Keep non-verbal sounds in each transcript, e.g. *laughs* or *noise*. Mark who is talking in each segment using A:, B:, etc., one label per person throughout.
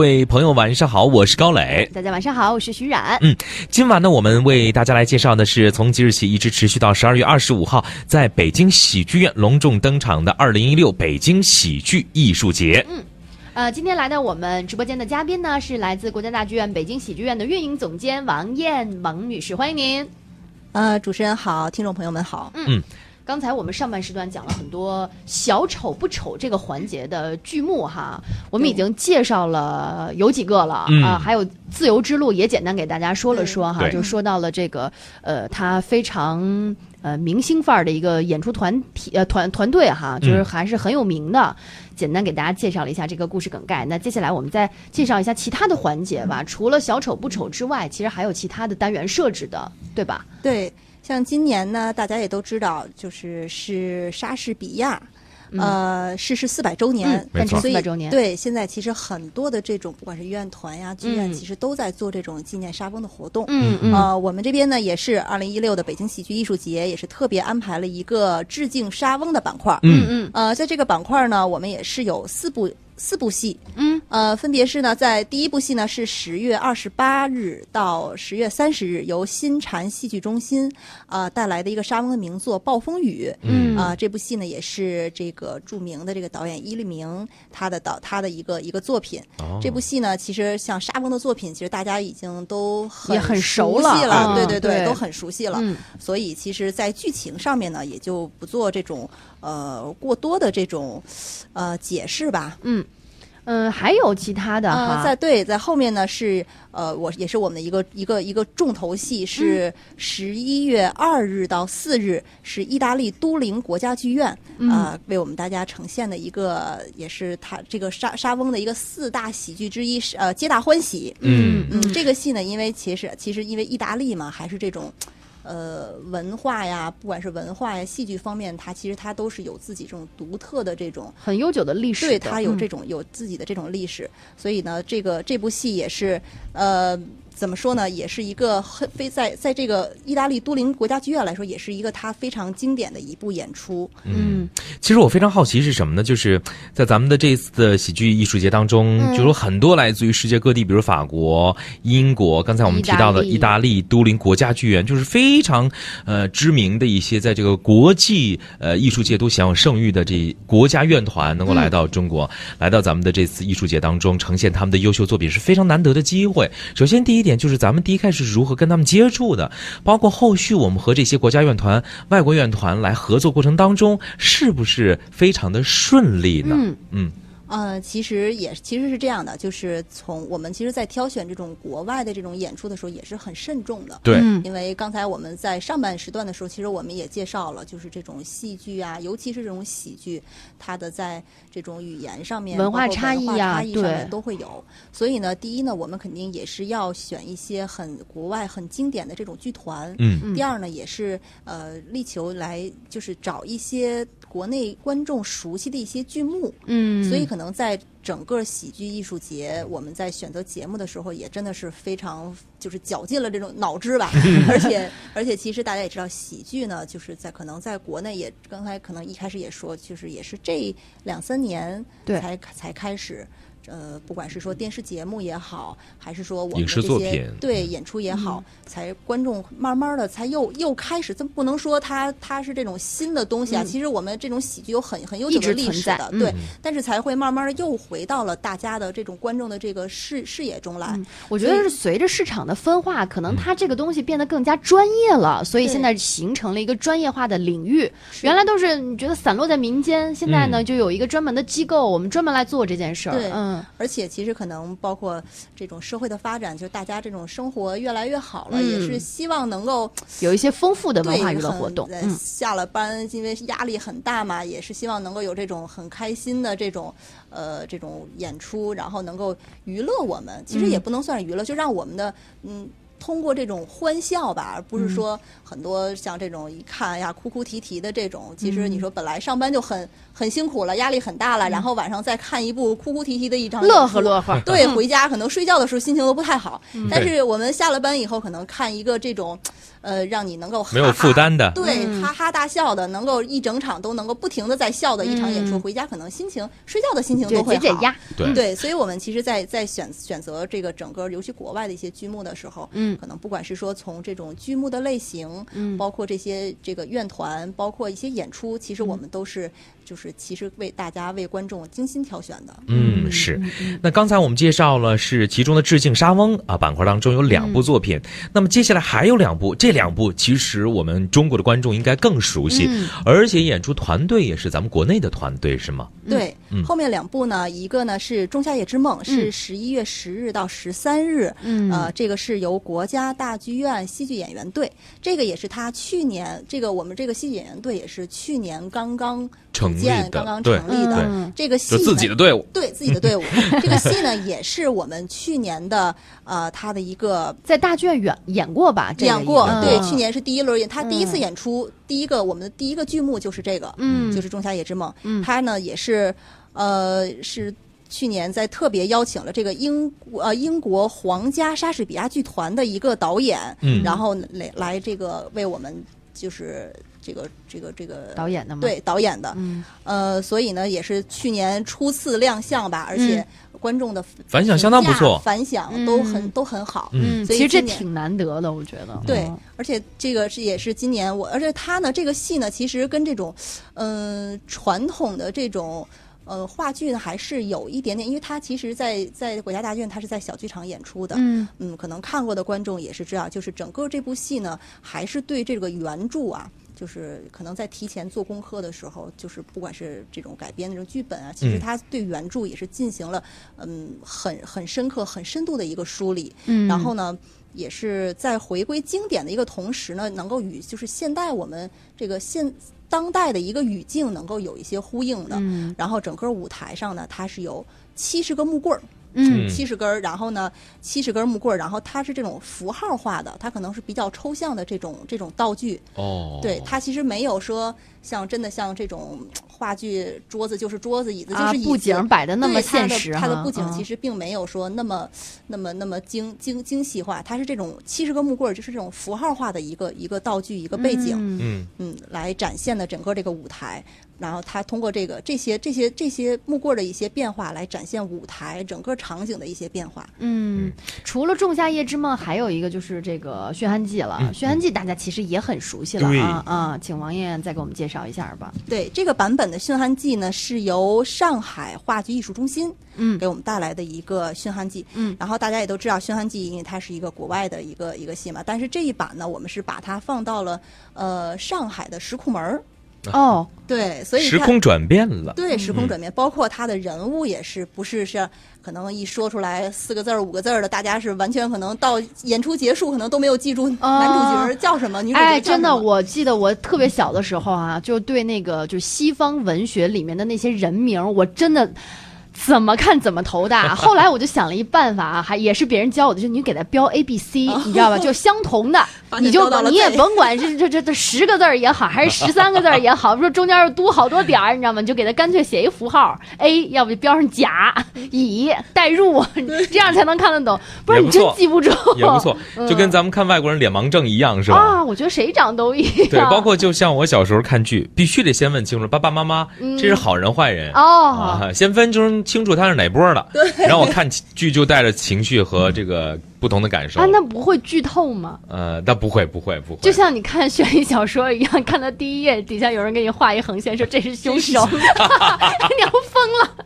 A: 各位朋友，晚上好，我是高磊。
B: 大家晚上好，我是徐冉。
A: 今晚呢，我们为大家来介绍的是从即日起一直持续到十二月二十五号，在北京喜剧院隆重登场的二零一六北京喜剧艺术节。
B: 呃，今天来到我们直播间的嘉宾呢，是来自国家大剧院北京喜剧院的运营总监王艳萌女士，欢迎您。
C: 呃，主持人好，听众朋友们好。
B: 嗯刚才我们上半时段讲了很多小丑不丑这个环节的剧目哈，我们已经介绍了有几个了、
A: 嗯
B: 啊，还有《自由之路》也简单给大家说了说哈，
A: 对
B: 就说到了这个呃，他非常呃明星范儿的一个演出团体呃团团队哈，
A: 嗯
B: 就是还是很有名的。简单给大家介绍了一下这个故事梗概，那接下来我们再介绍一下其他的环节吧。除了小丑不丑之外，其实还有其他的单元设置的，对吧？
C: 对，像今年呢，大家也都知道，就是是莎士比亚，呃，逝世四百周年
B: 嗯，
A: 没
C: 但
A: 错
C: 是所以
B: 400周年
C: 对，现在其实很多的这种，不管是院团呀、剧院，
B: 嗯
C: 其实都在做这种纪念莎翁的活动。
B: 嗯嗯
C: 呃，我们这边呢也是二零一六的北京喜剧艺术节，也是特别安排了一个致敬莎翁的板块。
B: 嗯嗯
C: 呃，在这个板块呢，我们也是有四部四部戏，
B: 嗯，
C: 呃，分别是呢，在第一部戏呢是十月二十八日到十月三十日，由新禅戏剧中心啊、呃带来的一个沙翁的名作《暴风雨》。
B: 嗯
C: 啊、这部戏呢也是这个著名的这个导演伊利明他的导他的一个一个作品。
A: 哦
C: 这部戏呢，其实像沙翁的作品，其实大家已经都很
B: 也很熟
C: 熟悉
B: 了嗯
C: 了，对对
B: 对
C: 都很熟悉了。
B: 嗯
C: 所以其实，在剧情上面呢，也就不做这种呃过多的这种呃解释吧。
B: 嗯，还有其他的
C: 啊、
B: 哈，
C: 在对，在后面呢是呃，我也是我们的一个一个一个重头戏，
B: 嗯
C: 是十一月二日到四日，是意大利都灵国家剧院啊、
B: 嗯
C: 为我们大家呈现的一个，也是他这个沙沙翁的一个四大喜剧之一，是呃，皆大欢喜。
A: 嗯
C: 嗯，这个戏呢，因为其实其实因为意大利嘛，还是这种。呃，文化呀，不管是文化呀、戏剧方面，它其实它都是有自己这种独特的这种
B: 很悠久的历史的，
C: 对，它有这
B: 嗯
C: 种、有自己的这种历史，所以呢，这个这部戏也是呃，怎么说呢，也是一个很非在在这个意大利都灵国家剧院来说，也是一个它非常经典的一部演出。
B: 嗯
A: 其实我非常好奇是什么呢？就是在咱们的这次的喜剧艺术节当中，
B: 嗯
A: 就有很多来自于世界各地，比如法国、英国，刚才我们提到的
B: 意
A: 意
B: 大
A: 大利都灵国家剧院，就是非常呃知名的一些在这个国际呃艺术界都享有盛誉的这国家院团，能够来到中国，
B: 嗯
A: 来到咱们的这次艺术节当中，呈现他们的优秀作品是非常难得的机会。首先第一点就是咱们第一开始是如何跟他们接触的，包括后续我们和这些国家院团、外国院团来合作过程当中，是不是非常的顺利呢？
B: 嗯
A: 嗯
C: 呃，其实也其实是这样的，就是从我们其实，在挑选这种国外的这种演出的时候，也是很慎重的。
A: 对，
B: 嗯
C: 因为刚才我们在上半时段的时候，其实我们也介绍了，就是这种戏剧啊，尤其是这种喜剧，它的在这种语言上面、
B: 文化
C: 包括
B: 差异
C: 文化
B: 呀
C: 差异上面
B: 对
C: 都会有。所以呢，第一呢，我们肯定也是要选一些很国外很经典的这种剧团。
A: 嗯
C: 第二呢，也是呃，力求来就是找一些国内观众熟悉的一些剧目，
B: 嗯，
C: 所以可能在整个喜剧艺术节，我们在选择节目的时候，也真的是非常就是绞尽了这种脑汁
A: *laughs*
C: 吧。而且而且，其实大家也知道，喜剧呢，就是在可能在国内也刚才可能一开始也说，就是也是这两三年
B: 对
C: 才才开始。呃，不管是说电视节目也好，还是说我们
A: 影
C: 的
A: 视
C: 这
A: 作
C: 些
A: 品嗯
C: 对演出也好，才观众慢慢的才又又开始，咱不能说它它是这种新的东西啊。
B: 嗯
C: 其实我们这种喜剧有很很悠
B: 一
C: 久
B: 直
C: 的历
B: 存
C: 史
B: 在
C: 的，
B: 嗯
C: 对。但是才会慢慢的又回到了大家的这种观众的这个视视野中来。
B: 我觉得是随着市场的分化，可
A: 嗯
B: 能它这个东西变得更加专业了，所以
C: 对
B: 现在形成了一个专业化的领域。
C: 是
B: 原来都是你觉得散落在民间，现在呢
A: 嗯
B: 就有一个专门的机构，我们专门来做这件事儿。
C: 对
B: 嗯
C: 而且其实可能包括这种社会的发展，就是大家这种生活越来越好了，
B: 嗯
C: 也是希望能够
B: 有一些丰富的
C: 对
B: 文化娱乐活动。
C: 很呃
B: 嗯
C: 下了班，因为压力很大嘛，也是希望能够有这种很开心的这种呃这种演出，然后能够娱乐我们。其实
B: 嗯
C: 也不能算是娱乐，就让我们的嗯。通过这种欢笑吧，而不
B: 嗯
C: 是说很多像这种一看哎呀哭哭啼啼的这种，其实
B: 嗯
C: 你说本来上班就很很辛苦了，压力很大了，然后晚上再看一部哭哭啼啼的一场演
B: 乐呵
C: 出
A: *laughs*
B: 乐呵，
C: 对，
B: 嗯
C: 回家可能睡觉的时候心情都不太好，但
A: 嗯对
C: 是我们下了班以后，可能看一个这种，呃让你能够哈哈
A: 没有负担的
C: 对，
B: 嗯
C: 哈哈大笑的，能够一整场都能够不停的在笑的一场演出，
B: 嗯
C: 回家可能心情睡觉的
A: 嗯
C: 心情
B: 就
C: 都会
B: 解
C: 好。
B: 解压，
A: 对
C: 对，所以我们其实在，在选选择这个整个，尤其国外的一些剧目的时候，
B: 嗯
C: 可能不管是说从这种剧目的类型，
B: 嗯
C: 包括这些这个院团，包括一些演出，其实我
B: 嗯
C: 们都是、就是其实为大家为观众精心挑选的。
A: 嗯，是。那刚才我们介绍了是其中的致敬沙翁啊板块当中有两部作品，那么接下来还有两部，这两部其实我们中国的观众应该更熟悉，
B: 嗯
A: 而且演出团队也是咱们国内的团队是吗？
C: 对，后面两部呢，一个呢是《仲夏夜之梦》，是十一月十日到十三日，
B: 嗯
C: 呃，这个是由国家大剧院戏剧演员队，这个也是他去年，这个我们这个戏剧演员队也是去年刚刚
A: 成
C: 组
A: 立
C: 建
A: 的
C: 刚刚
A: 对
C: 成立的，
B: 嗯
C: 这个戏呢
A: 队伍。
C: 对自己的队伍，这个戏呢也是我们去年的呃他的一个
B: 在大剧院演演过吧？这个
C: 演过
B: 应该，
C: 对，
B: 嗯
C: 去年是第一轮演，他第一次演出，第一个我们的第一个剧目就是这个，
B: 嗯
C: 就是《仲夏夜之梦》，
B: 嗯
C: 他呢也是呃是。去年在特别邀请了这个英呃英国皇家莎士比亚剧团的一个导演，
A: 嗯
C: 然后来来这个为我们就是这个这个这个
B: 嗯导演的嘛，
C: 对导演的，
B: 嗯，
C: 呃，所以呢，也是去年初次亮相吧，而且观众的
A: 反响相当不错
C: 评价反响都很、
B: 嗯嗯
C: 都很好。
B: 嗯，
C: 所
B: 其
C: 以
B: 实这
C: 今年
B: 挺难得的，我觉得。
C: 对
B: 嗯，
C: 而且这个是也是今年我，而且他呢，这个戏呢，其实跟这种，嗯、传统的这种。呃，话剧呢还是有一点点，因为它其实在，在国家大剧院，它是在小剧场演出的。
B: 嗯
C: 嗯，可能看过的观众也是知道，就是整个这部戏呢，还是对这个原著啊，就是可能在提前做功课的时候，就是不管是这种改编的这种剧本啊，其实
A: 嗯
C: 他对原著也是进行了嗯很很深刻、很深度的一个梳理。
B: 嗯，
C: 然后呢，也是在回归经典的一个同时呢，能够与就是现代我们这个现当代的一个语境能够有一些呼应的。
B: 嗯
C: 然后整个舞台上呢，它是有七十个木棍儿，
B: 嗯
C: 七十根儿，然后呢，七十根木棍儿，然后它是这种符号化的，它可能是比较抽象的这种这种道具，
A: 哦，
C: 对，它其实没有说像真的像这种话剧桌子就是桌子，椅子就
B: 啊
C: 是椅子，
B: 布景摆的那么
C: 对它的
B: 现实
C: 它的
B: 哈
C: 布景
B: 嗯
C: 其实并没有说那么、那么那么精精精细化，它是这种七十个木棍儿，就是这种符号化的一个一个道具一个背景，
B: 嗯
A: 嗯
C: 嗯，来展现的整个这个舞台。然后他通过这个这些这些这些木棍儿的一些变化，来展现舞台整个场景的一些变化。
B: 嗯，除了《仲夏夜之梦》，还有一个就是这个《血汗记》了，
A: 嗯
B: 血汗记》大家其实也很熟悉了
A: 对
B: 啊啊！请王艳再给我们介绍一下吧。
C: 对这个版本的《驯悍记》呢，是由上海话剧艺术中心
B: 嗯
C: 给我们带来的一个《驯悍记》。
B: 嗯
C: 然后大家也都知道，《驯悍记》因为它是一个国外的一个一个戏嘛，但是这一版呢，我们是把它放到了呃上海的石库门儿。
B: 哦，
C: 对，所以
A: 时
C: 它
A: 空转变了，
C: 对时空转变，包括它的人物也是，不是是可能一说出来四个字儿、五个字儿的，大家是完全可能到演出结束，可能都没有记住男主角儿叫什么，女主角
B: 哎，
C: 儿叫
B: 真
C: 什
B: 的，
C: 么。
B: 我记得我特别小的时候啊，就对那个就西方文学里面的那些人名，我真的。怎么看怎么头
A: *laughs*
B: 大。后来我就想了一办法啊，还也是别人教我的，就是你给它标 A B C，你
A: 哦
B: 知道吧？就相
A: *laughs*
B: 同的，
C: 把你
B: 你就
C: 标到了
B: 你也
C: 对
B: 甭管是这这这十个字儿也好，还是十三个字儿也好，说中间又多好多点儿，你知道吗？你就给它干脆写一符号 A，要不就标上甲、乙、
A: *laughs*
B: 代入，这样才能看得懂。不然
A: 也不
B: 你真
A: 错
B: 记不住，
A: 也不错，就跟咱们看外国人脸盲症一样，是吧？
B: 嗯啊！我觉得谁长都一样。
A: 对，包括就像我小时候看剧，必须得先问清楚爸爸妈妈这是好人坏人、
B: 嗯哦，
A: 啊，先分清清楚他是哪波的，然后我看剧就带着情绪和这个不同的感受。
B: 啊，那不会剧透吗？
A: 呃，但不会不会不会，
B: 就像你看悬疑小说一样，看到第一页底下有人给你画一横线，说这是
A: *laughs*
B: 凶手， *laughs* 你要疯了。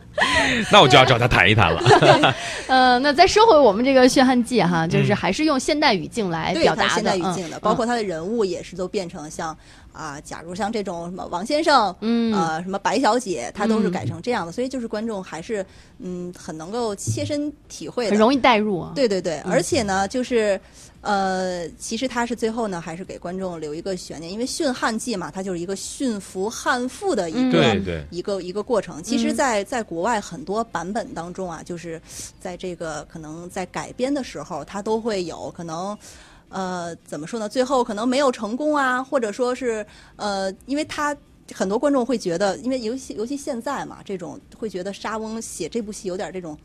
A: 那我就要找他谈一
B: *laughs*
A: 谈了。
B: 呃，那再说回我们这个《血汗记》
A: 嗯
B: 哈，就是还是用现代语境来
C: 对，
B: 表
C: 它
B: 达的，
C: 现代语境的，
B: 嗯
C: 包括他的人物也是都变成像啊，假如像这种什么王先生，
B: 嗯
C: 呃，什么白小姐，他都是
B: 嗯
C: 改成这样的，所以就是观众还是嗯很能够切身体会
B: 嗯
C: 的，
B: 很容易代入啊。
C: 对对对，而且呢，就是，呃，其实他是最后呢，还是给观众留一个悬念，因为驯悍记嘛，它就是一个驯服悍妇的
B: 嗯
C: 一个、
A: 对对
C: 一个一个过程。其实在，在国外很多版本当中啊，就是在这个可能在改编的时候，它都会有可能。呃，怎么说呢？最后可能没有成功啊，或者说是呃，因为他很多观众会觉得，因为尤其尤其现在嘛，这种会觉得沙翁写这部戏有点这种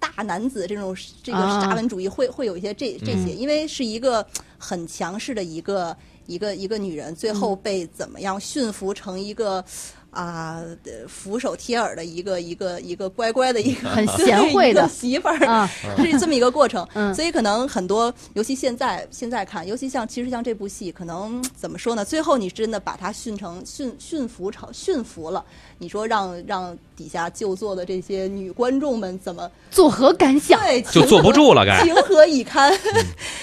C: 大傻男子这种这个
B: 啊
C: 沙文主义会会有一些这这些，因为是一个很强势的一个一个一个女人，最后被怎么样驯服成一个啊、呃俯首贴耳的一个一个一个乖乖的一个 *laughs*
B: 很贤惠的
C: 一个媳妇儿，
B: 啊，
C: 是这么一个过程。
B: 嗯
C: 所以可能很多，尤其现在现在看，尤其像其实像这部戏，可能怎么说呢？最后你真的把它驯成驯驯服成驯服了，你说让让底下就坐的这些女观众们怎么
B: 作何感想？
C: 对
A: 就坐不住了
B: *laughs*
A: 该
C: 情何以堪？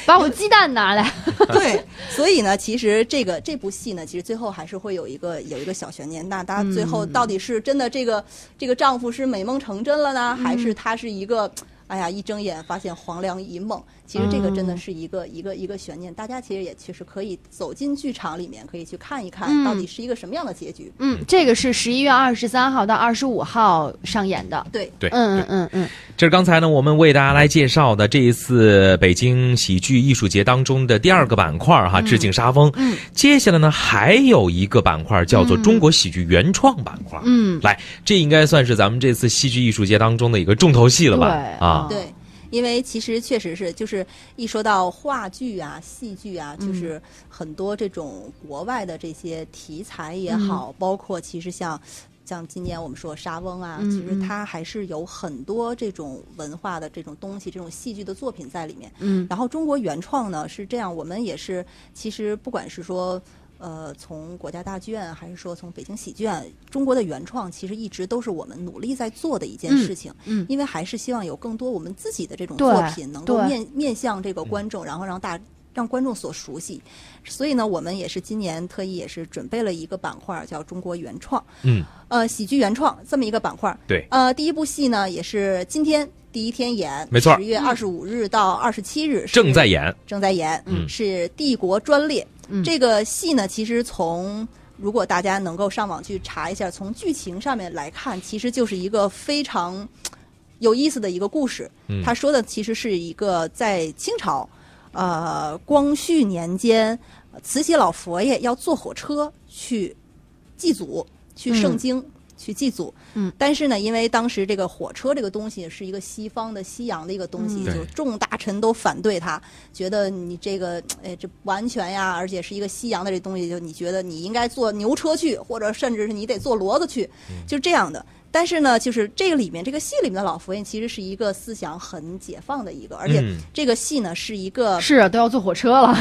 B: 把我鸡蛋拿来。
C: 对，所以呢，其实这个这部戏呢，其实最后还是会有一个有一个小悬念。那他最后到底是真的这个、这个丈夫是美梦成真了呢，还是他是一个？哎呀，一睁眼发现黄粱一梦，其实这个真的是一个、一个一个悬念。大家其实也确实可以走进剧场里面，可以去看一看，到底是一个什么样的结局。
B: 嗯，这个是十一月二十三号到二十五号上演的。
C: 对，
A: 对，
B: 嗯嗯嗯嗯，
A: 这是刚才呢，我们为大家来介绍的这一次北京喜剧艺术节当中的第二个板块儿哈，致敬沙峰。
B: 嗯
A: 接下来呢，还有一个板块儿叫
C: 嗯
A: 做中国喜剧原创板块。
B: 嗯，
A: 来，这应该算是咱们这次戏剧艺术节当中的一个重头戏了吧？
B: 对
A: 啊，
C: 对，嗯因为其实确实是，就是一说到话剧啊、戏剧啊，
B: 嗯
C: 就是很多这种国外的这些题材
B: 嗯
C: 也好，包括其实像。像今年我们说沙翁啊，
B: 嗯
C: 其实
B: 嗯
C: 他还是有很多这种文化的这种东西、这种戏剧的作品在里面。
B: 嗯
C: 然后中国原创呢是这样，我们也是其实不管是说。呃，从国家大剧院还是说从北京喜剧院，中国的原创其实一直都是我们努力在做的一件事情，
B: 嗯嗯
C: 因为还是希望有更多我们自己的这种
B: 对
C: 作品能够
B: 对
C: 面面向这
A: 嗯
C: 个观众，然后让大让观众所熟悉。所以呢，我们也是今年特意也是准备了一个板块儿叫中国原创，
A: 嗯，
C: 呃，喜剧原创这么一个板块儿。
A: 对
C: 呃，第一部戏呢也是今天第一天演，
A: 没错
C: 十月二十五日到二十七日是
A: 正在演。
C: 正在演，
A: 嗯
C: 是《帝国专列》
B: 嗯
C: 这个戏呢，其实从如果大家能够上网去查一下，从剧情上面来看，其实就是一个非常嘖有意思的一个故事。
A: 嗯
C: 他说的其实是一个在清朝，呃，光绪年间，慈禧老佛爷要坐火车去祭祖，去
B: 嗯
C: 圣经。去祭祖，
B: 嗯，
C: 但是呢，因为当时这个火车这个东西是一个西方的西洋的一个东西，
A: 嗯对
C: 就众大臣都反对它，觉得你这个哎这不安全呀，而且是一个西洋的这东西，就你觉得你应该坐牛车去，或者甚至是你得坐骡子去，
A: 嗯
C: 就这样的。但是呢，就是这个里面这个戏里面的老佛爷其实是一个思想很解放的一个，而且
A: 嗯
C: 这个戏呢是一个
B: 嗯是都要坐火车
C: *laughs*
B: 了。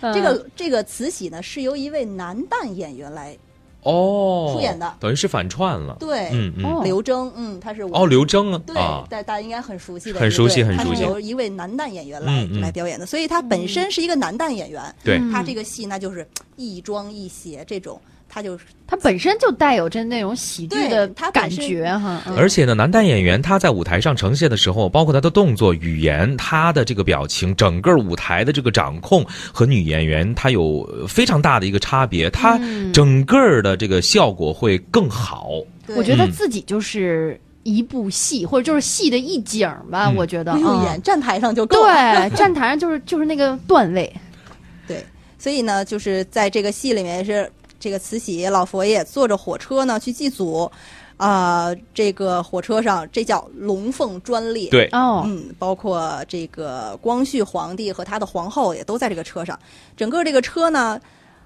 B: 嗯
C: 这个这个慈禧呢是由一位男旦演员来
A: 哦，
C: 出演的
A: 等于是反串了。
C: 对、
A: 嗯嗯，
B: 哦
C: 刘铮，嗯，他是我
A: 哦，刘铮啊，
C: 对，
A: 啊，
C: 大大家应该很熟悉的一个，
A: 很熟悉很
C: 他
A: 熟悉
C: 是由一位男旦演员来
A: 嗯嗯
C: 来表演的，所以他本身是一个男旦演员，
A: 对，
B: 嗯
C: 他这个戏那就是亦庄亦谐这种，他就是
B: 它本身就带有着那种喜剧
C: 对
B: 的
C: 它本
B: 感
C: 身
B: 觉哈。嗯
A: 而且呢，男旦演员他在舞台上呈现的时候，包括他的动作、语言、他的这个表情，整个舞台的这个掌控和女演员他有呃非常大的一个差别，
C: 嗯
A: 他整个的这个效果会更好。
C: 对
B: 我觉得
A: 嗯
B: 自己就是一部戏，或者就是戏的一景儿吧。
A: 嗯
B: 我觉得
C: 不用
B: 嗯
C: 演站台上就哎够了。
B: 对，站台上就是 *laughs* 就是那个段位，
C: *laughs* 对，所以呢，就是在这个戏里面是这个慈禧老佛爷坐着火车呢去祭祖，啊、这个火车上这叫龙凤专列。
A: 对，
B: 哦，
C: 嗯，包括这个光绪皇帝和他的皇后也都在这个车上。整个这个车呢，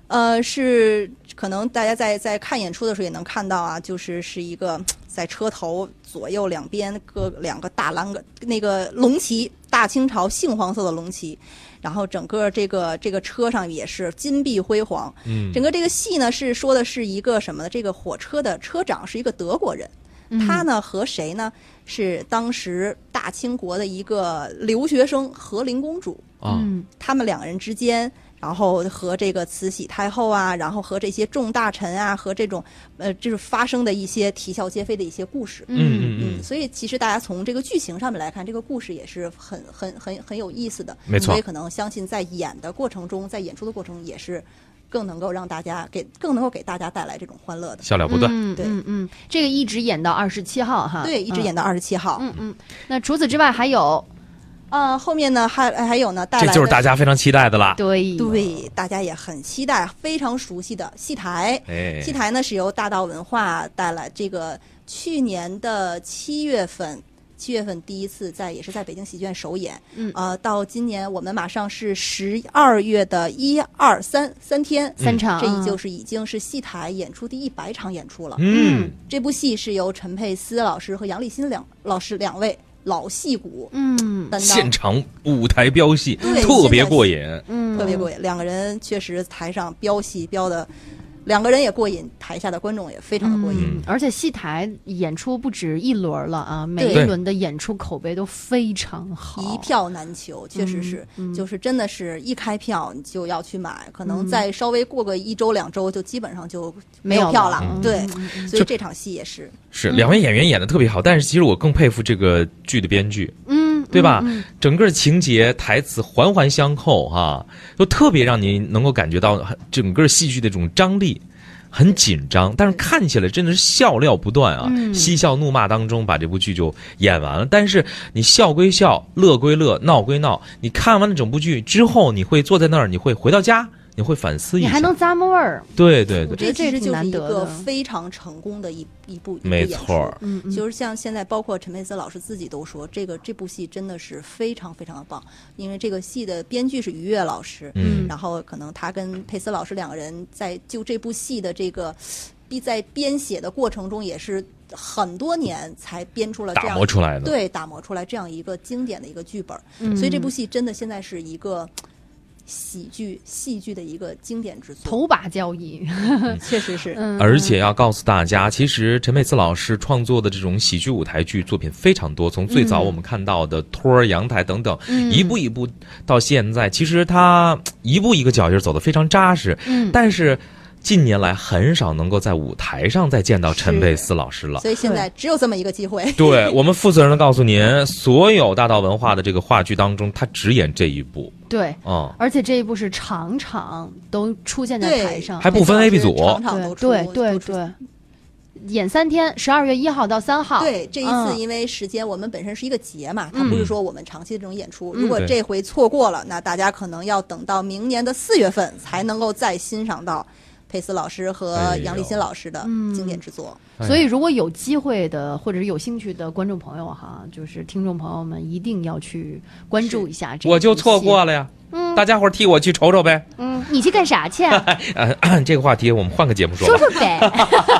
C: 呃，是可能大家在在看演出的时候也能看到啊，就是是一个在车头左右两边各两个大蓝个那个龙旗，大清朝杏黄色的龙旗。然后整个这个这个车上也是金碧辉煌，
A: 嗯，
C: 整个这个戏呢是说的是一个什么呢？这个火车的车长是一个德国人，他呢和谁呢？是当时大清国的一个留学生和林公主，
A: 啊，
B: 嗯
C: 他们两人之间，然后和这个慈禧太后啊，然后和这些众大臣啊，和这种呃，就是发生的一些啼笑皆非的一些故事。
A: 嗯嗯嗯
C: 嗯，，所以其实大家从这个剧情上面来看，这个故事也是很很很很有意思的。
A: 没错
C: 所以可能相信在演的过程中，在演出的过程中也是更能够让大家给更能够给大家带来这种欢乐的。
A: 笑料不断。
B: 嗯
C: 对
B: 嗯嗯，这个一直演到二十七号哈，
C: 对，一直
B: 嗯。
C: 演到二十七号。
B: 嗯嗯，那除此之外还有
C: 呃，后面呢还还有呢，带
A: 这
C: 来
A: 就是
C: 的
A: 大家非常期待的啦。
B: 对
C: 对，大家也很期待，非常熟悉的戏台。
A: 哎，
C: 戏台呢是由大道文化带来，这个去年的七月份。七月份第一次在也是在北京喜剧院首演，
B: 嗯
C: 呃，到今年我们马上是十二月的一二三三天，
A: 嗯
B: 三场，
C: 这已就是是已经是戏台演出第一百场演出了。
A: 嗯，
C: 这部戏是由陈佩斯老师和杨立新两老师两位老戏骨
B: 嗯
C: 担
A: 现
C: 当，
A: 场舞台飙戏
C: 对
A: 特别过瘾，
B: 嗯，
C: 特别过瘾。两个人确实台上飙戏飙的，两个人也过瘾，台下的观众也非常的过瘾。
B: 嗯，而且戏台演出不止一轮了啊，每一
A: 对
B: 轮的演出口碑都非常好，嗯
C: 一票难求，确实是，就是真的是一开票你就要去买，可能再稍微过个一周两周，就基本上就
B: 没
C: 有
B: 有
C: 票
B: 了
C: 了。
B: 嗯
C: 对，所以
A: 就
C: 这场戏也是，
A: 是两位演员演的特别好，但是其实我更佩服这个剧的编剧，
B: 嗯，
A: 对吧？
B: 嗯嗯
A: 整个情节、台词环环相扣哈、就特别让你能够感觉到很整个戏剧的这种张力。很紧张，但是看起来真的是笑料不断啊！
B: 嗯
A: 嬉笑怒骂当中把这部剧就演完了。但是你笑归笑，乐归乐，闹归闹，你看完了整部剧之后，你会坐在那儿，你会回到家，你会反思一
B: 你
A: 下。
B: 还能咂摸味儿，
A: 对对对，
B: 觉得这
C: 这其实
B: 挺
C: 就是
B: 难
C: 一
B: 得
C: 个
B: 的
C: 非常成功的一一部一部
A: 没
C: 演
A: 错
C: 出
A: 儿。
B: 嗯，嗯
C: 就是像现在，包括陈佩斯老师自己都说，这个这部戏真的是非常非常的棒，因为这个戏的编剧是于越老师，
A: 嗯
C: 然后可能他跟佩斯老师两个人在就这部戏的这个必在编写的过程中，也是很多年才编出了这
A: 打
C: 样
A: 磨出来的。
C: 对打磨出来这样一个经典的一个剧本儿，
B: 嗯
C: 所以这部戏真的现在是一个喜剧戏剧的一个经典之作，
B: 头把交椅，
C: 确实是，
B: 嗯，
A: 而且要告诉大家，其实陈佩斯老师创作的这种喜剧舞台剧作品非常多，从最早我们看到的《托儿阳台》等等，
B: 嗯
A: 一步一步到现在，其实他嘖一步一个脚印儿走得非常扎实。
B: 嗯
A: 但是近年来很少能够在舞台上再见到陈佩斯老师了。
C: 所以现在只有这么一个机会。
A: 对我们负责任的告诉您，所有大道文化的这个话剧当中，他只演这一部，
B: 对，
A: 嗯，
B: 而且这一部是场场都出现在
C: 对
B: 台上，
A: 还不分 A B 组
C: 场场都
B: 对对
C: 出，
B: 对
C: 都出
B: 对，演三天，十二月一号到三号，
C: 对，这一次
B: 嗯
C: 因为时间，我们本身是一个节嘛，它
B: 嗯
C: 不是说我们长期的这种演出。
B: 嗯
C: 如果
A: 对
C: 这回错过了，那大家可能要等到明年的四月份才能够再欣赏到佩斯老师和
A: 哎呦
C: 杨立新老师的
B: 嗯
C: 经典之作。
A: 哎
B: 所以，如果有机会的，或者是有兴趣的观众朋友哈，就是听众朋友们，一定要去关注一下这。
A: 我就错过。了呀。大家伙儿替我去瞅瞅呗。
B: 嗯，你去干
A: *laughs*
B: 啥去？
A: 呃，咳这个话题我们换个节目说吧
B: 说。说呗。 *laughs*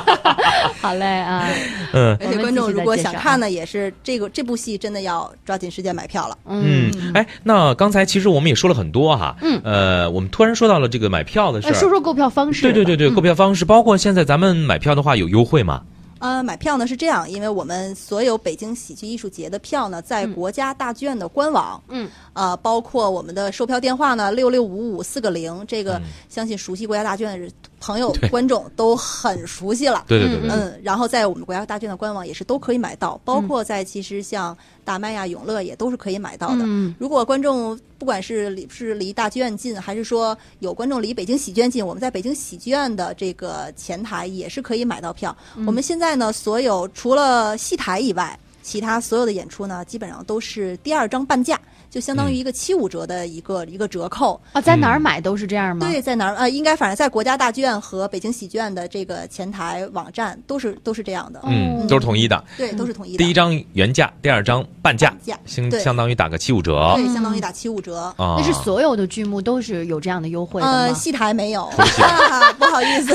B: 好嘞啊，
A: 嗯
C: 而且观众如果想看呢，也是这个这部戏真的要抓紧时间买票了。
B: 嗯，
A: 嗯，哎，那刚才其实我们也说了很多哈。
B: 嗯
A: 呃，我们突然说到了这个买票的事
B: 呃
A: 儿。
B: 说说购票方式吧。
A: 对对对对，购票方式包括现在咱们买票的话有优惠吗？
C: 呃，买票呢是这样，因为我们所有北京喜剧艺术节的票呢，在国家大剧院的官网，
B: 嗯，
C: 呃，包括我们的售票电话呢，六六五五四个零，这
A: 嗯
C: 个相信熟悉国家大剧院的朋友、观众都很熟悉了。
A: 对对对对，
C: 嗯，然后在我们国家大剧院的官网也是都可以买到，包括在其实像大麦呀、永乐也都是可以买到的。
B: 嗯
C: 如果观众不管是离是离大剧院近，还是说有观众离北京喜剧院近，我们在北京喜剧院的这个前台也是可以买到票。我们现在呢，所有除了戏台以外，其他所有的演出呢，基本上都是第二张半价，就相当于一个七五折的一个、一个折扣。
B: 啊，在哪儿
A: 嗯
B: 买都是这样吗？
C: 对，，在哪儿？呃，应该反正在国家大剧院和北京喜剧院的这个前台网站都是都是这样的。
A: 嗯，都是统一的，
C: 对，都是统一的。
A: 第一张原价，第二张半价
C: 半价，
A: 相
C: 对
A: 相当于打个七五折啊。
C: 对，相当于打七五折。
A: 哦
B: 那是所有的剧目都是有这样的优惠的
C: 呃，
B: 吗？嗯
C: 戏台没有，啊不好意思，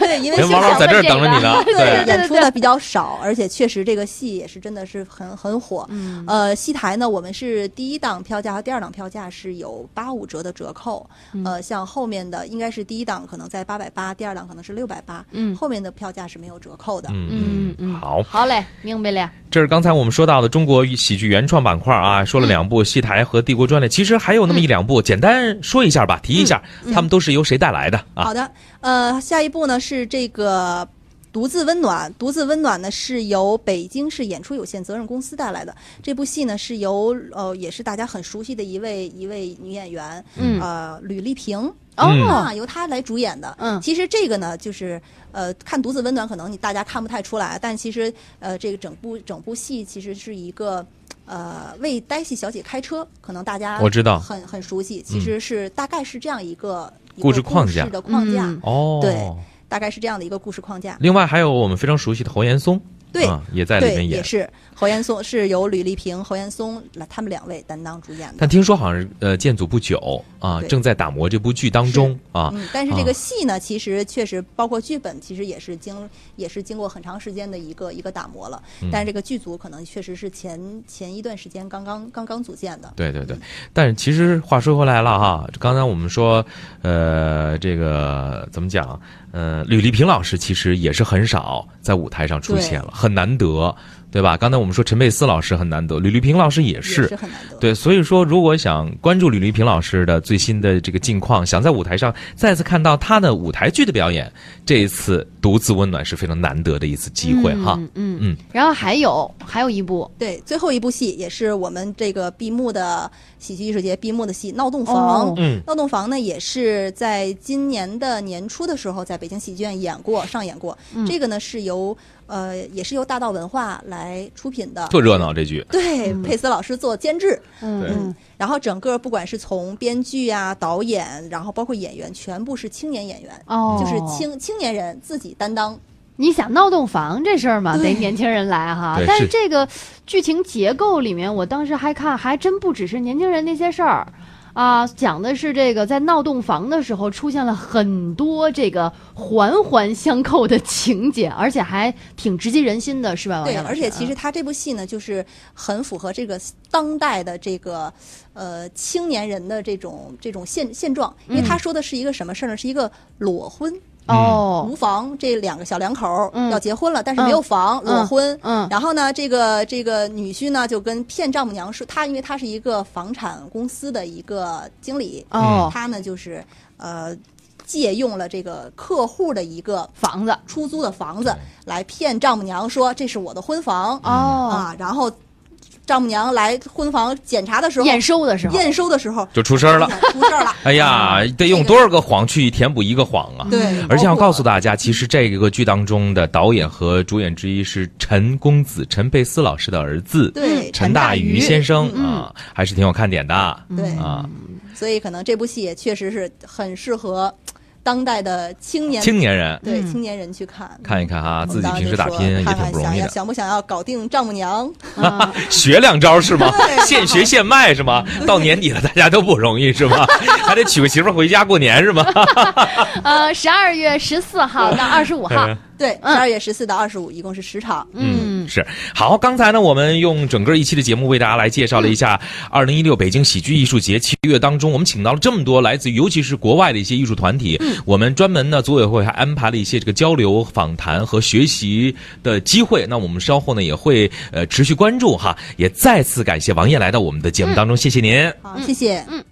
C: 对，因为
A: 人
C: 现
A: 王
C: 在
A: 老在这儿等着你呢。
B: 对
A: 对，
C: 对演出的比较少，而且确实这个戏也是真的是很很火。
B: 嗯
C: 呃，戏台呢，我们是第一档票价和第二档票价是有八五折的折扣。呃，像后面的应该是第一档可能在八百八，第二档可能是六百八，
B: 嗯
C: 后面的票价是没有折扣的。
A: 嗯
B: 嗯
A: 嗯，
B: 嗯
A: 好。
B: 好嘞，明白了。
A: 这是刚才我们说到的中国喜剧原创板块啊，说了两部戏台和帝国专列，其实还有那么一两部，简单说一下吧，提一下，他们都是由谁带来的啊？
C: 好的，呃，下一步呢是这个。独自温暖，独自温暖呢是由北京市演出有限责任公司带来的。这部戏呢是由呃，也是大家很熟悉的一位一位女演员，
B: 嗯
C: 呃，吕丽萍
B: 哦
C: 啊，，由她来主演的。
B: 嗯
C: 其实这个呢，就是呃，看《独自温暖》可能你大家看不太出来，但其实呃，这个整部整部戏其实是一个呃为呆戏小姐开车，可能大家
A: 我知道
C: 很很熟悉，其实是、大概是这样一个一
A: 嗯
C: 个
A: 故事框架
C: 故事的框架，
B: 嗯
A: 哦，
C: 对大概是这样的一个故事框架。
A: 另外还有我们非常熟悉的侯岩松，
C: 对
A: 啊，也嗯在里
C: 对，
A: 面
C: 也
A: 演。
C: 是侯岩松是由吕丽萍、侯岩松来他们两位担当主演的
A: 但。听说好像呃建组不久啊，
C: 对
A: 正在打磨这部剧当中啊。
C: 嗯，但是这个戏呢，其实确实包括剧本，其实也是经也是经过很长时间的一个一个打磨了。
A: 嗯
C: 但是这个剧组可能确实是前前一段时间刚刚刚刚组建的。
A: 对对对，但是其实话说回来了哈，刚才我们说，呃，这个怎么讲？呃，吕丽萍老师其实也是很少在舞台上出现了，很难得，对吧？刚才我们说陈佩斯老师很难得，吕丽萍老师也
C: 也
A: 是，
C: 是很难得。
A: 对，所以说，如果想关注吕丽萍老师的最新的这个近况，想在舞台上再次看到她的舞台剧的表演，这一次独自温暖是非常难得的一次机会、哈。
B: 嗯嗯
A: 嗯
B: 嗯。然后还有还有一部
C: 对，最后一部戏也是我们这个闭幕的喜剧艺术节闭幕的戏《闹洞房》
B: 哦
A: 嗯
C: 闹洞房》呢，也是在今年的年初的时候，在北京喜剧院演过、上演过。
B: 嗯
C: 这个呢是由呃，也是由大道文化来出品的，
A: 特热闹这剧，
C: 对，佩斯老师做监制。
B: 嗯
A: 对
B: 嗯
C: 然后整个不管是从编剧啊、导演，然后包括演员，全部是青年演员，
B: 哦，
C: 就是。青青年人自己担当。
B: 你想闹洞房这事儿嘛，得
C: 对
B: 年轻人来哈
A: 对。
B: 但是
A: 是
B: 这个剧情结构里面，我当时还看，还真不只是年轻人那些事儿。啊，讲的是这个在闹洞房的时候出现了很多这个环环相扣的情节，而且还挺直击人心的，是吧？王
C: 对，
B: 哦亮老
C: 而
B: 师嗯
C: 且其实他这部戏呢，就是很符合这个当代的这个呃青年人的这种这种现现状，
B: 嗯
C: 因为他说的是一个什么事儿呢？是一个裸婚。
B: 啊哦
C: 无，房这两个小两口儿
B: 嗯
C: 要结婚了，但是没有房，
B: 嗯
C: 裸婚。
B: 嗯
C: 然后呢，这个这个女婿呢就跟骗丈母娘说，他因为他是一个房产公司的一个经理，
A: 嗯
B: 哦，
C: 他呢就是呃借用了这个客户的一个
B: 房子
C: 出租的房子来骗丈母娘说这是我的婚房、
A: 嗯
B: 哦，
C: 啊，然后丈母娘来婚房检查的时候，
B: 验收的时候，
C: 验收的时候
A: 就出声了。。
C: 出
B: *laughs*
C: 事儿了
A: 哎呀，得用多少个谎去填补一个谎啊！
C: 嗯对，
A: 而且要告诉
C: 他，
A: 大家，其实这个剧当中的导演和主演之一是陈公子陈佩斯老师的儿子
C: 对
B: 嗯
A: 陈大
C: 愚
A: 愚先生
C: 嗯
A: 啊，还是挺有看点的
C: 对，
B: 嗯 *laughs*
A: 啊。
C: 所以可能这部戏也确实是很适合当代的青年
A: 青年人
C: 对
B: 嗯
C: 青年人去看。
A: 看一看啊，
C: 我
A: 自
C: 们
A: 己
C: 刚刚
A: 平时
C: 就
A: 打
C: 说
A: 拼也
C: 看
A: 挺
C: 看
A: 不容
C: 想
A: 易
C: 要
A: 的。
C: 想不想要搞定丈母娘？
B: 啊
A: 学两招是吗？
C: 对
A: 现学现卖是吗？到年底了，大家都不容易是吗？还得娶个媳妇儿回家过年是吗？
B: 呃，十二月十四号到二十五
A: *laughs*
B: 号，
C: 对，
B: 嗯
C: 十二月十四到二十五，一共是十场。
A: 嗯，是好。刚才呢，我们用整个一期的节目为大家来介绍了一下二零一六北京喜剧艺术节七月当中，我们请到了这么多来自于尤其是国外的一些艺术团体，我们专门呢组委会还安排了一些这个交流、访谈和学习的机会。那我们稍后呢也会呃持续关注哈，也再次感谢王燕来到我们的节目当中，谢谢您。
C: 好，谢谢。
B: 嗯，